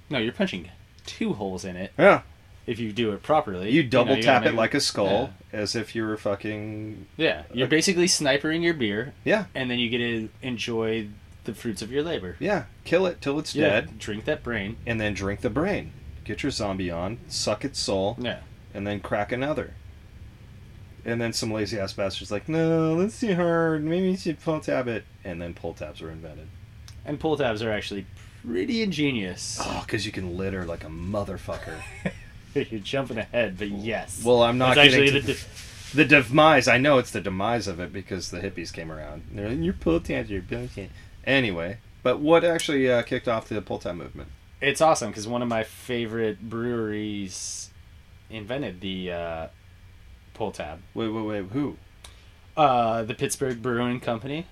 S3: No, you're punching two holes in it
S2: Yeah.
S3: if you do it properly.
S2: You double
S3: know, you
S2: tap
S3: gotta
S2: it
S3: make-
S2: like a skull as if you were fucking
S3: Yeah, you're basically snipering your beer,
S2: Yeah.
S3: and then you get to enjoy the fruits of your labor.
S2: Yeah. Kill it till it's dead
S3: drink that brain.
S2: and then drink the brain. Get your zombie on, suck its soul,
S3: Yeah,
S2: and then crack another. And then some lazy ass bastard's like, no, let's see her. Maybe you should pull tab it. And then pull tabs were invented.
S3: and pull tabs are actually pretty ingenious. (laughs)
S2: Oh, because you can litter like a motherfucker.
S3: you're jumping ahead, but yes.
S2: Well, I'm not
S3: That's
S2: getting
S3: actually
S2: to
S3: the
S2: the,
S3: di-
S2: demise. I know it's the demise of it because the hippies came around. They're like, your pull tabs, your pull tabs. Anyway, but what actually uh, kicked off the pull tab movement?
S3: it's awesome because one of my favorite breweries invented the uh, pull tab.
S2: Wait, wait, wait. Who?
S3: Uh, the Pittsburgh Brewing Company.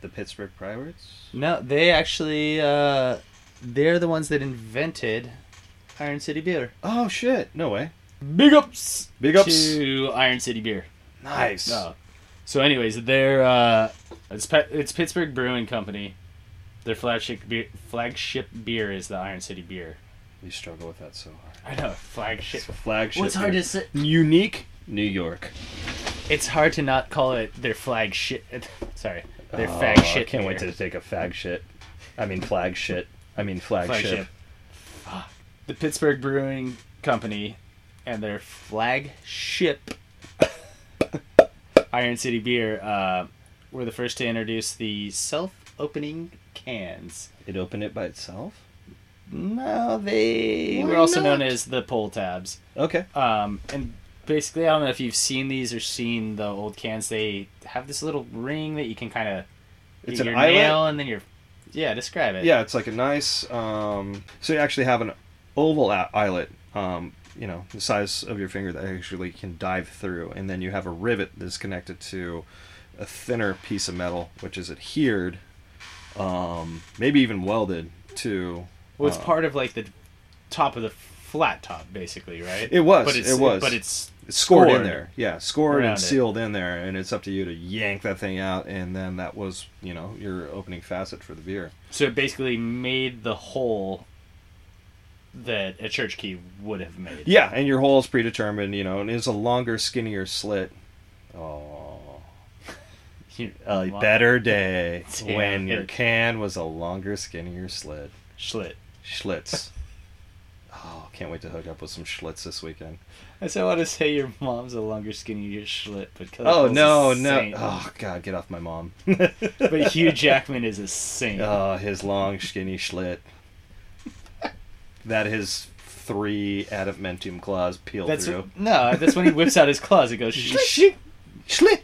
S2: The Pittsburgh Pirates?
S3: No, they actually uh, they're the ones that invented Iron City Beer.
S2: Oh shit! No way.
S3: Big ups.
S2: Big ups.
S3: to Iron City Beer.
S2: Nice.
S3: Oh. So, anyways, they're uh, it's Pe- it's Pittsburgh Brewing Company. Their flagship beer, flagship beer is the Iron City Beer.
S2: We struggle with that so hard.
S3: I know flagship.
S2: Flagship.
S3: What's hard
S2: beer.
S3: to say?
S2: Unique New York.
S3: It's hard to not call it their flagship. (laughs) Sorry, their
S2: Oh,
S3: fag shit.
S2: I can't wait
S3: beer.
S2: to take a fag shit. I mean flag shit. I mean flagship.
S3: flagship. Fuck. The Pittsburgh Brewing Company and
S2: (laughs)
S3: their flagship Iron City beer uh, were the first to introduce the self-opening cans.
S2: It opened it by itself.
S3: No, they
S2: Why
S3: were also
S2: not?
S3: known as the pull tabs.
S2: Okay.
S3: Um, and basically, I don't know if you've seen these or seen the old cans. They have this little ring that you can kind of
S2: It's an
S3: your
S2: eyelet?
S3: nail and then your yeah. Describe it.
S2: Yeah, it's like a nice. Um, so you actually have an oval a- eyelet, um, you know, the size of your finger that actually can dive through, and then you have a rivet that's connected to a thinner piece of metal, which is adhered, um, maybe even welded to.
S3: Well, it's
S2: uh,
S3: part of like the top of the flat top, basically, right?
S2: It was,
S3: But it's,
S2: it was.
S3: But it's
S2: It's scored, in
S3: scored
S2: there, yeah, scored
S3: around
S2: and
S3: it.
S2: sealed in there, and it's up to you to yank that thing out, and then that was, you know, your opening facet for the beer.
S3: so it basically made the hole that a church key would have made.
S2: Yeah, and your hole is predetermined, you know, and it's a longer, skinnier slit. Oh.
S3: You-
S2: A
S3: Wow.
S2: better day
S3: Damn
S2: when your
S3: it.
S2: can was a longer, skinnier slit.
S3: Schlit.
S2: Schlitz. oh, can't wait to hook up with some Schlitz this weekend.
S3: I still want to say your mom's a longer, skinnier schlit, but Kelly
S2: Oh
S3: Cole's a
S2: no, no!
S3: saint.
S2: Oh god, get off my mom.
S3: But Hugh Jackman is a saint.
S2: oh, his long, skinny schlit. That his three adamantium claws peel
S3: that's
S2: through.
S3: when- no, that's when he whips out his claws. It goes schlit.
S2: Schlit,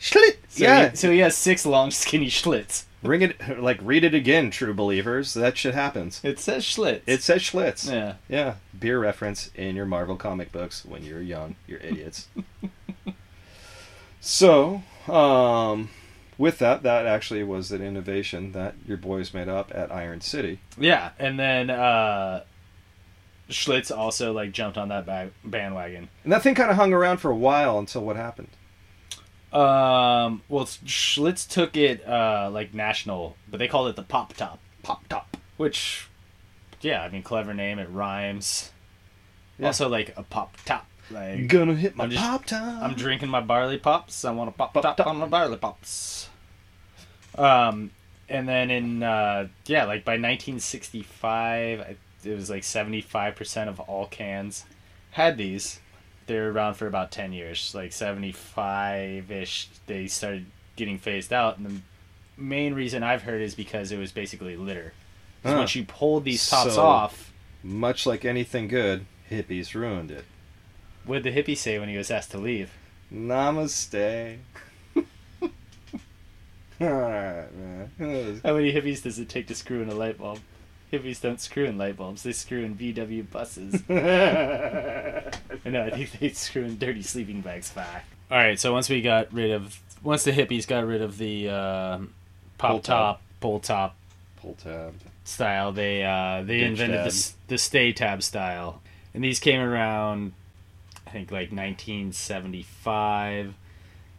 S2: schlit.
S3: So
S2: yeah.
S3: He, so he has six long, skinny schlits.
S2: Ring it, like read it again, true believers. That shit happens.
S3: It says schlitz.
S2: It says Schlitz.
S3: yeah.
S2: Yeah, beer reference in your Marvel comic books when you're young. You're
S3: (laughs)
S2: idiots. so, um, with that, that actually was an innovation that your boys made up at Iron City.
S3: Yeah, and then uh Schlitz also like jumped on that ba- bandwagon.
S2: And that thing kind of hung around for a while until what happened?
S3: Um, well, Schlitz took it uh like national, but they called it the Pop Top,
S2: Pop top.
S3: which yeah, I mean clever name, it rhymes.
S2: Yeah.
S3: Also like a pop top. Like
S2: Gonna hit my
S3: I'm just-
S2: pop top.
S3: I'm drinking my barley pops, I want to pop,
S2: Pop
S3: top,
S2: top.
S3: on my barley pops. Um and then in uh yeah, like by 1965, I- it was like 75% of all cans had these. They were around for about 10 years, like 75ish. They started getting phased out and the main reason I've heard is because it was basically litter. 'Cause
S2: Huh.
S3: Once you pulled these tops
S2: So-
S3: off,
S2: Much like anything good, hippies ruined it.
S3: what did the hippie say when he was asked to leave?
S2: Namaste. (laughs) All right, man.
S3: How many hippies does it take to screw in a light bulb? Hippies don't screw in light bulbs; they screw in VW buses. I know. I think they screw in dirty sleeping bags. Fuck. All right. So once we got rid of, once the hippies got rid of the uh, pop
S2: Pull
S3: top,
S2: top.
S3: pull top
S2: Pull tab.
S3: style, they uh, they
S2: Ditch
S3: invented the
S2: tab.
S3: s- the stay tab style, and these came around, I think like 1975.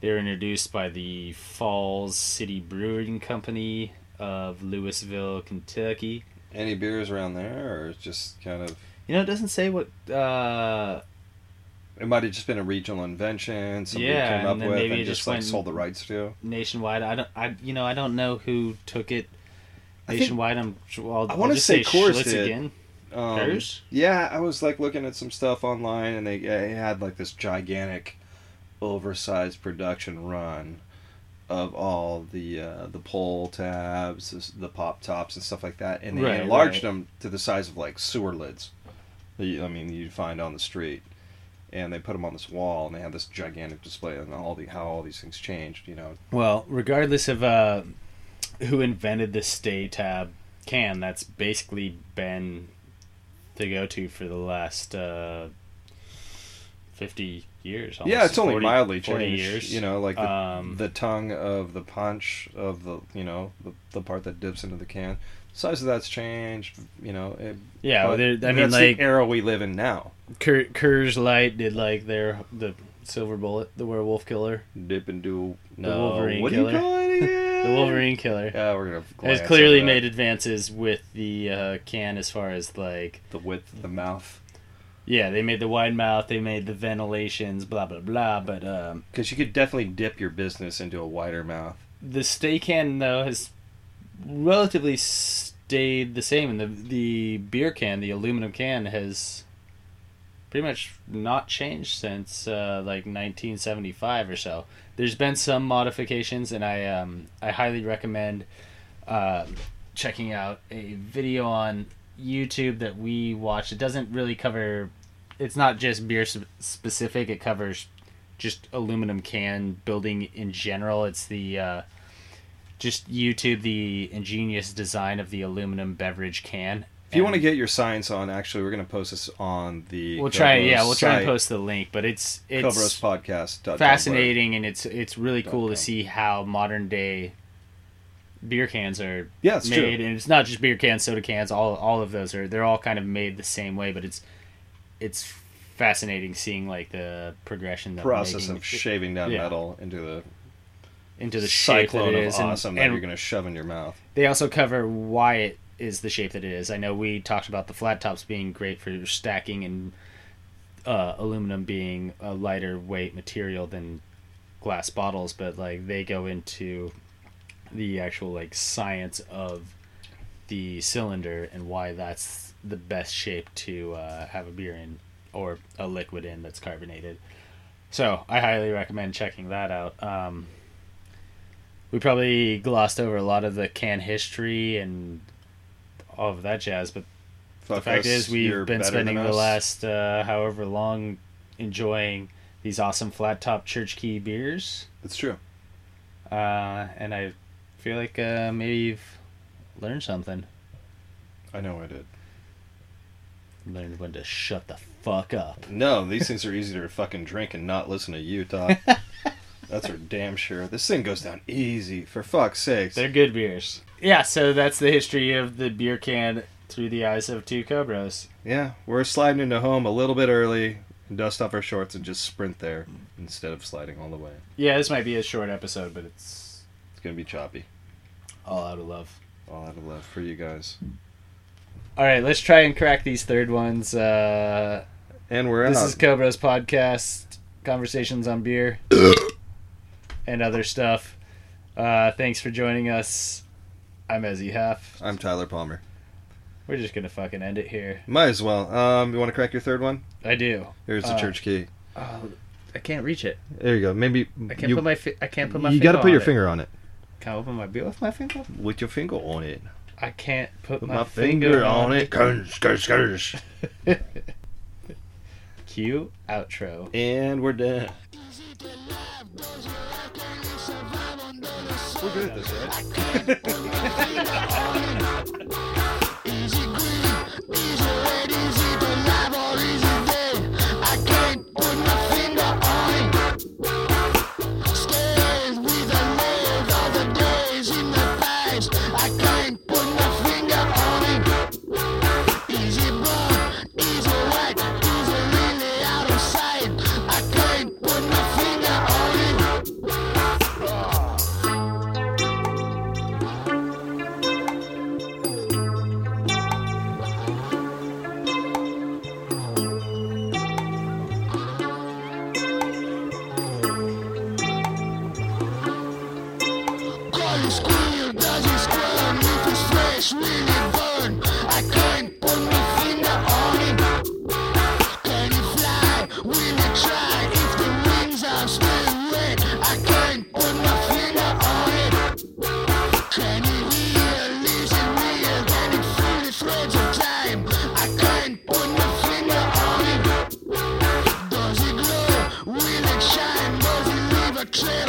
S3: They were introduced by the Falls City Brewing Company of Louisville, Kentucky.
S2: Any beers around there, or it's just kind of?
S3: You know, it doesn't say what. Uh,
S2: It might have just been a regional invention. Somebody
S3: Yeah,
S2: came
S3: and
S2: up
S3: then
S2: with
S3: maybe
S2: and
S3: it
S2: just,
S3: just
S2: like
S3: went-
S2: sold the rights to.
S3: nationwide. I don't. I you know I don't know who took it.
S2: I think-
S3: Nationwide, I'm. su- I'll,
S2: I
S3: I'll
S2: wanna
S3: just
S2: say Coors
S3: Schlitz
S2: did.
S3: again.
S2: Um,
S3: Bears?
S2: Yeah, I was like looking at some stuff online, and they, they had like this gigantic, oversized production run of all the uh, the pull tabs, this- the pop tops, and stuff like that, and they
S3: Right,
S2: enlarged
S3: right.
S2: them to the size of like sewer lids. that you- I mean, you'd find on the street, and they put them on this wall, and they had this gigantic display, and all the how all these things changed. You know,
S3: Well, regardless of uh, who invented the stay tab can, that's basically been the go-to for the last uh, fifty years. Almost.
S2: yeah, it's only
S3: 40
S2: mildly
S3: 40
S2: changed.
S3: years.
S2: You know, like the,
S3: Um,
S2: the tongue of the punch of the you know the, the part that dips into the can. Size of that's changed. You know, it,
S3: yeah. well,
S2: but
S3: there- I mean,
S2: that's
S3: like
S2: the era we live in now.
S3: Cur- Coors Light did like their the Silver Bullet, the Werewolf Killer,
S2: Dip and do no.
S3: Wolverine
S2: what
S3: killer.
S2: do you call it again?
S3: (laughs) the Wolverine Killer.
S2: Yeah, we're gonna. glance
S3: has clearly
S2: over that.
S3: made advances with the uh, can as far as like
S2: the width of the mouth
S3: yeah they made the wide mouth they made the ventilations blah blah blah but um,
S2: because you could definitely dip your business into a wider mouth.
S3: the stay can though has relatively stayed the same and the the beer can the aluminum can has pretty much not changed since uh, like 1975 or so there's been some modifications and i um, i highly recommend uh, checking out a video on youtube that we watched it doesn't really cover it's not just beer sp- specific it covers just aluminum can building in general. It's the uh, just YouTube the ingenious design of the aluminum beverage can.
S2: If you want to get your science on, actually, we're gonna post this on the.
S3: we'll try.
S2: Cobros
S3: Yeah, we'll try and
S2: site,
S3: post the link. But it's it's
S2: Cobros podcast.
S3: fascinating and it's it's really cool to
S2: com.
S3: see how modern day beer cans are
S2: Yeah, it's
S3: made
S2: true.
S3: and it's not just beer cans soda cans all all of those are they're all kind of made the same way but it's it's fascinating seeing like the progression that
S2: process
S3: making
S2: of shaving down
S3: yeah.
S2: metal into the
S3: into the shape that
S2: cyclone
S3: it
S2: of
S3: is and-
S2: awesome that
S3: and
S2: you're going to shove in your mouth.
S3: They also cover why it is the shape that it is. I know we talked about the flat tops being great for stacking and uh, aluminum being a lighter weight material than glass bottles, but like they go into the actual like science of the cylinder and why that's the best shape to uh, have a beer in or a liquid in that's carbonated. So I highly recommend checking that out. Um, we probably glossed over a lot of the can history and all of that jazz, but
S2: Fuck
S3: the fact
S2: us,
S3: is
S2: you're
S3: we've been
S2: better
S3: spending
S2: than
S3: the
S2: us.
S3: last uh, however long enjoying these awesome flat top church key beers,
S2: It's true.
S3: uh, and I feel like uh, maybe you've learned something.
S2: I know I did.
S3: Learned when to shut the fuck up.
S2: No, these things are easy to fucking drink and not listen to you
S3: (laughs)
S2: talk. That's for damn sure. This thing goes down easy. For fuck's sakes.
S3: They're good beers. Yeah, so that's the history of the beer can through the eyes of two cobras.
S2: Yeah, we're sliding into home a little bit early. Dust off our shorts and just sprint there
S3: Mm.
S2: instead of sliding all the way.
S3: Yeah, this might be a short episode, but it's
S2: It's going to be choppy.
S3: all out of love.
S2: All out of love for you guys.
S3: All right, let's try and crack these third ones. Uh,
S2: And we're
S3: This
S2: out.
S3: is Cobra's podcast, conversations
S2: (coughs)
S3: on beer and other stuff. Uh, thanks for joining us. I'm Ezzy Half.
S2: I'm Tyler Palmer.
S3: We're just gonna fucking end it here.
S2: Might as well. Um, you want to crack your third one?
S3: I do.
S2: Here's the
S3: Uh,
S2: church key.
S3: Oh, I can't reach it.
S2: There you go. Maybe
S3: I can't
S2: you,
S3: put my. Fi- I can't put my.
S2: you
S3: finger
S2: got to put
S3: on
S2: your
S3: it.
S2: finger on it.
S3: Can I open my beer with my finger?
S2: With your finger on it.
S3: I can't put,
S2: Put my, finger, on it. Curse, curse, curse.
S3: Cue outro.
S2: And we're done. We're good at this, right?
S4: Easy easy green, easy red, easy to live or easy dead. I can't put my finger on it. Stays with a nail, all the days in the past. I can't put my finger on it. Easy brown, easy white, easy really out of sight. I can't put my finger on it. Golly squeal, does it squirm? If it's fresh, will it burn? I can't put my finger on it. Can it fly? Will it try? If the wings are still wet, I can't put my finger on it. Can it heal? Is it real? Can it feel the threads of time? I can't put my finger on it. Does it glow? Will it shine? Does it leave a trail?